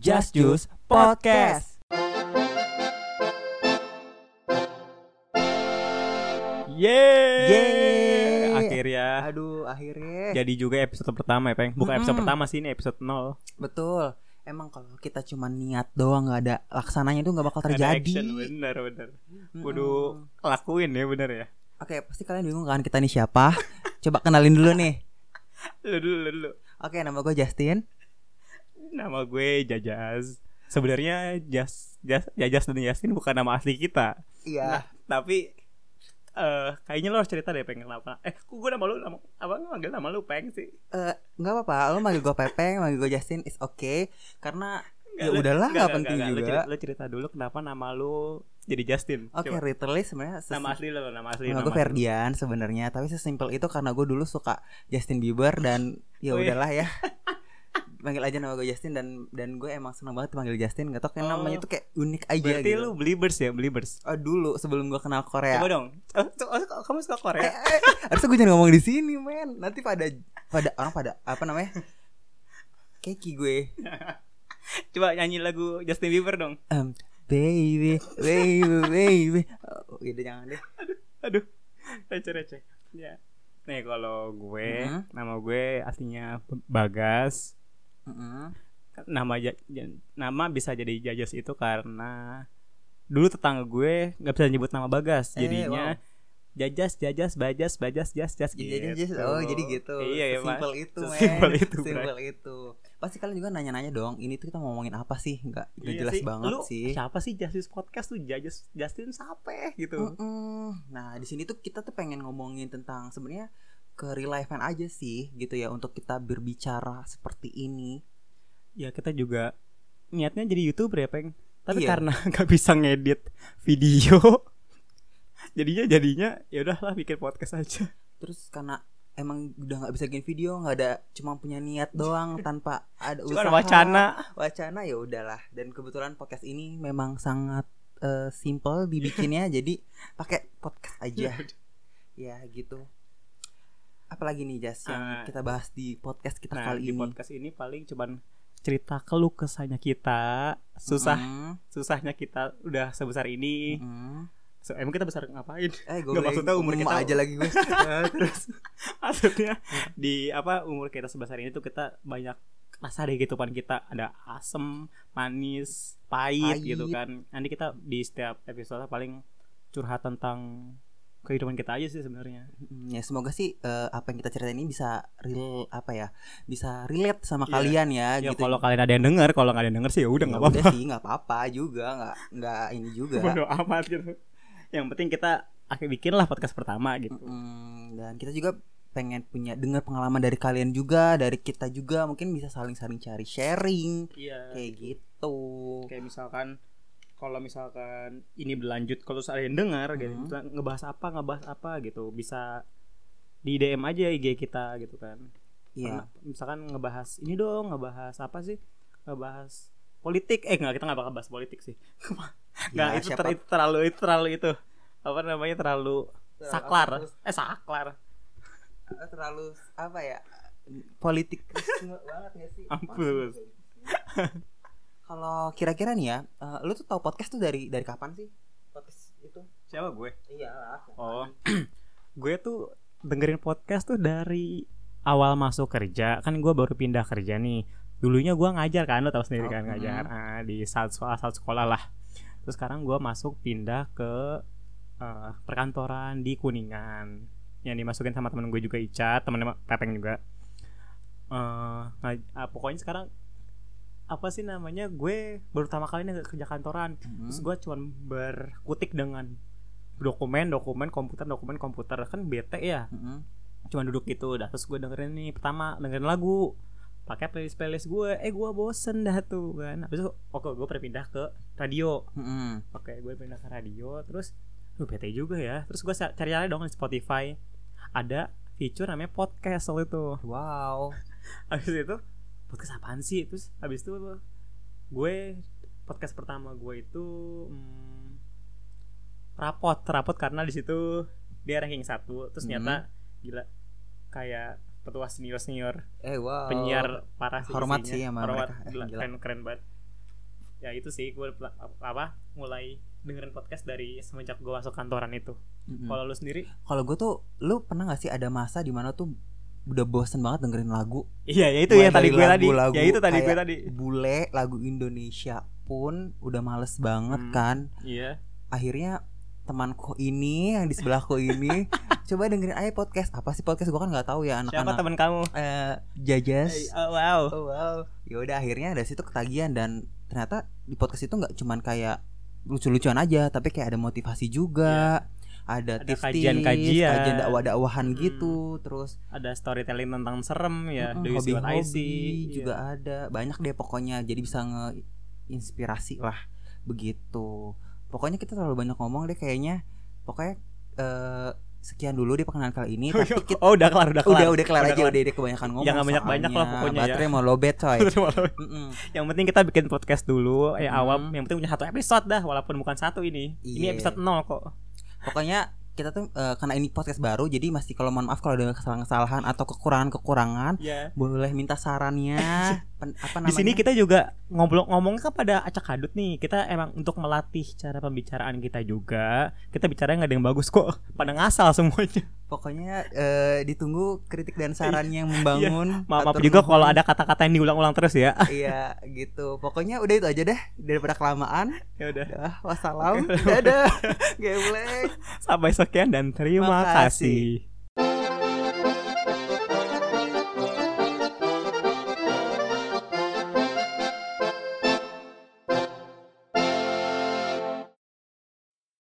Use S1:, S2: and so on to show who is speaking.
S1: Just Juice Podcast. Yeay.
S2: Yeay.
S1: Akhirnya
S2: Aduh, akhirnya.
S1: jadi juga episode pertama ya, Peng. Bukan episode
S2: Mm-mm.
S1: pertama sih, ini episode 0.
S2: Betul. Emang kalau kita cuma niat doang nggak ada laksananya tuh nggak bakal
S1: Ada
S2: terjadi.
S1: action, bener, bener.
S2: Mm-mm.
S1: Kudu lakuin ya, bener ya.
S2: Oke, pasti kalian bingung kan kita nih siapa? Coba kenalin dulu nih.
S1: Lu dulu, lu dulu.
S2: Oke, nama gue Justin.
S1: Nama gue Jajaz. Sebenarnya Jas, Jas, Jajas dan Yasin bukan nama asli kita. Nah,
S2: Iya.
S1: tapi eh kayaknya lo harus cerita deh pengen kenapa. Eh, kok gue nama lu nama apa lu manggil nama lu peng sih?
S2: Eh, nggak apa-apa. Lo manggil gue Pepeng, manggil gue Justin is okay karena
S1: Nggak,
S2: Ya
S1: lu-
S2: udahlah,
S1: nggak,
S2: nggak
S1: nggak,
S2: penting
S1: nggak, nggak. Lu
S2: juga.
S1: cerita, lu cerita dulu kenapa nama lu jadi Justin.
S2: oke
S1: Coba.
S2: literally sebenarnya sesim-
S1: Nama asli lo, nama asli.
S2: Nama gue
S1: asli.
S2: Ferdian sebenarnya, tapi sesimpel itu karena gue dulu suka Justin Bieber dan ya
S1: Wih.
S2: udahlah ya. Manggil aja nama gue Justin dan dan gue emang seneng banget manggil Justin, gak tau
S1: Oh.
S2: kayak namanya tuh kayak unik aja
S1: Berarti
S2: gitu.
S1: lu believers ya, believers.
S2: Oh, dulu sebelum gue kenal Korea.
S1: Coba dong. Oh, co- oh, kamu suka
S2: Eh,
S1: Korea?
S2: eh, harusnya gue jangan ngomong di sini, men. Nanti pada pada orang pada apa namanya? Keki gue.
S1: Coba nyanyi lagu Justin Bieber dong.
S2: Em, baby, baby, baby. Oh, gitu jangan deh.
S1: Aduh. Receh-receh. Ya. Nih kalau gue,
S2: Mhm.
S1: nama gue aslinya Bagas.
S2: Mm-mm.
S1: nama ja- ja- nama bisa jadi jajas itu karena dulu tetangga gue nggak bisa nyebut nama Bagas
S2: Eh,
S1: jadinya jajas jajas bajas bajas jas jas
S2: Jadi jadi jadi- oh jadi gitu.
S1: iya ya
S2: Simpel
S1: Mas.
S2: itu, men.
S1: Sesimpel itu, Bray.
S2: Simpel itu. Pasti kalian juga nanya-nanya dong, ini tuh kita mau ngomongin apa sih? Enggak
S1: Iya
S2: jelas
S1: sih.
S2: banget
S1: Lu
S2: sih.
S1: siapa sih Justice Podcast tuh jajas Justin Sape
S2: Oh.
S1: gitu
S2: Mm-mm. Nah, di sini tuh kita tuh pengen ngomongin tentang sebenarnya kereal-life-an aja sih gitu ya untuk kita berbicara seperti ini.
S1: ya kita juga niatnya jadi youtuber ya peng tapi
S2: Iya.
S1: karena nggak bisa ngedit video jadinya jadinya ya udahlah bikin podcast aja
S2: Terus karena emang udah nggak bisa bikin video, nggak ada cuma punya niat doang tanpa ada
S1: cuma
S2: usaha.
S1: wacana
S2: Wacana ya udahlah. Dan kebetulan podcast ini memang sangat eh, simple dibikinnya jadi pakai podcast aja.
S1: Hmm.
S2: ya gitu apalagi nih Jas
S1: Ah.
S2: yang kita bahas di podcast kita
S1: Nah,
S2: kali
S1: di
S2: ini
S1: podcast ini paling cuman cerita keluh kesahnya kita, susah
S2: Mm,
S1: susahnya kita udah sebesar ini.
S2: mm.
S1: So, emang kita besar ngapain?
S2: eh gue
S1: Nggak, maksudnya umur kita-
S2: aja lagi gue Eh, terus
S1: Maksudnya di apa umur kita sebesar ini tuh kita banyak rasa deh kehidupan kita ada asem, manis, pahit,
S2: Pahit.
S1: gitu kan. Nanti kita di setiap episode paling curhat tentang kehidupan kita aja sih sebenarnya.
S2: Mm, ya semoga sih eh, apa yang kita ceritain ini bisa real apa ya bisa relate sama
S1: Iya.
S2: kalian ya,
S1: Ya
S2: gitu
S1: kalau kalian ada yang denger, kalau nggak ada yang denger sih ya udah nggak
S2: Ya
S1: apa-apa.
S2: udah sih nggak apa-apa juga nggak nggak ini juga
S1: Bodo amat gitu. Yang penting kita akhirnya bikin lah podcast pertama gitu.
S2: Mm, dan kita juga pengen punya dengar pengalaman dari kalian juga dari kita juga mungkin bisa saling-saling cari sharing
S1: Iya.
S2: kayak gitu
S1: kayak misalkan kalau misalkan ini berlanjut kalau terus ada yang dengar gitu
S2: Mhm.
S1: misalkan ngebahas apa ngebahas apa gitu bisa di DM aja IG kita gitu kan
S2: Iya.
S1: Pernah- misalkan ngebahas ini dong ngebahas apa sih ngebahas politik eh nggak kita nggak bakal bahas politik sih nggak
S2: Ya,
S1: nah, itu,
S2: siapa
S1: ter- itu terlalu itu terlalu itu apa namanya terlalu saklar eh saklar
S2: terlalu apa ya politik banget gak sih gitu.
S1: Ampun.
S2: kalau kira-kira nih ya eh, lu tuh tahu podcast tuh dari dari kapan sih podcast itu
S1: siapa gue
S2: iyalah
S1: Oh, gue tuh dengerin podcast tuh dari awal masuk kerja. Kan gue baru pindah kerja nih. Dulunya gue ngajar kan, lo tau sendiri kan
S2: Oh,
S1: ngajar Ah, di saat sekolah saat sekolah lah. Terus sekarang gue masuk pindah ke eh, perkantoran di Kuningan. Yang dimasukin sama temen gue juga Ica, temen Pepeng juga. Eh, ngaj- ah, pokoknya sekarang apa sih namanya gue baru pertama kali nih kerja kantoran terus
S2: Mm-hmm.
S1: gue cuman berkutik dengan dokumen dokumen komputer dokumen komputer kan bete ya
S2: Mm-hmm.
S1: cuman duduk gitu dah terus gue dengerin nih pertama dengerin lagu pakai playlist playlist gue eh gue bosen dah tuh kan habis itu oke gue berpindah ke radio
S2: Mm-hmm.
S1: oke gue pindah ke radio terus lu bete juga ya terus gue cari cari dong di Spotify ada fitur namanya podcast waktu itu
S2: wow
S1: habis itu podcast apaan sih terus habis itu gue podcast pertama gue itu hmm, rapot rapot karena di situ dia ranking satu terus
S2: Hmm.
S1: ternyata gila kayak petua senior senior
S2: eh wow
S1: penyiar parah sih
S2: Oh, Hormat
S1: isinya.
S2: sih sama
S1: hormat
S2: mereka. Eh,
S1: gila,
S2: gila.
S1: keren keren banget ya itu sih gue apa mulai dengerin podcast dari semenjak gue masuk kantoran itu
S2: Mm-mm.
S1: kalau lu sendiri
S2: Kalau gue tuh, lu pernah gak sih ada masa dimana tuh udah bosen banget dengerin lagu
S1: iya ya itu
S2: Mulai
S1: ya tadi
S2: dari
S1: gue tadi
S2: lagu-lagu
S1: ya itu tadi gue
S2: kayak-
S1: tadi
S2: bule lagu Indonesia pun udah males banget
S1: Hmm.
S2: kan
S1: iya
S2: akhirnya temanku ini yang di sebelahku ini coba dengerin aja podcast apa sih podcast gue kan nggak tahu ya
S1: siapa
S2: anak-anak
S1: teman kamu
S2: Eh,
S1: Eh,
S2: jajas
S1: oh, wow
S2: Oh, wow ya udah akhirnya dari situ ketagihan dan ternyata di podcast itu nggak cuman kayak lucu-lucuan aja tapi kayak ada motivasi juga ada
S1: Iya. Ada
S2: tips-tips
S1: kajian-kajian.
S2: kajian dakwah-dakwahan
S1: Hmm.
S2: gitu terus
S1: ada storytelling tentang serem ya
S2: mm,
S1: do you see what I see? Iya.
S2: hobi-hobi juga ada banyak deh pokoknya jadi bisa ngeinspirasi lah begitu pokoknya kita terlalu banyak ngomong deh kayaknya pokoknya eh, sekian dulu di perkenalan kali ini tapi kita
S1: oh udah kelar udah kelar
S2: udah udah kelar aja udah udah kebanyakan ngomong
S1: Jangan banyak-banyak lah
S2: soalnya.
S1: pokoknya ya.
S2: baterai mau lobet coy
S1: kelar.
S2: Mm-mm.
S1: yang penting kita bikin podcast dulu ya
S2: Hmm.
S1: awal yang penting punya satu episode dah walaupun bukan satu ini ini
S2: Iya.
S1: episode nol kok
S2: pokoknya kita tuh eh, karena ini podcast baru jadi masih kalau mohon maaf kalau ada kesalahan-kesalahan atau kekurangan-kekurangan
S1: ya
S2: boleh minta sarannya pen- apa Iya. namanya
S1: di sini kita juga ngobrol ngomongnya kan pada acak kadut nih kita emang untuk melatih cara pembicaraan kita juga kita bicara nggak ada yang bagus kok pada ngasal semuanya
S2: Pokoknya eh, ditunggu kritik dan sarannya yang membangun.
S1: Iya. maaf, maaf
S2: atur
S1: juga
S2: nuhun.
S1: kalau ada kata-kata yang diulang-ulang terus ya
S2: Iya, gitu. Pokoknya udah itu aja deh daripada kelamaan.
S1: ya udah
S2: Dah, wassalam. Dadah. Geblek.
S1: sampai sekian dan terima
S2: Makasih.
S1: kasih.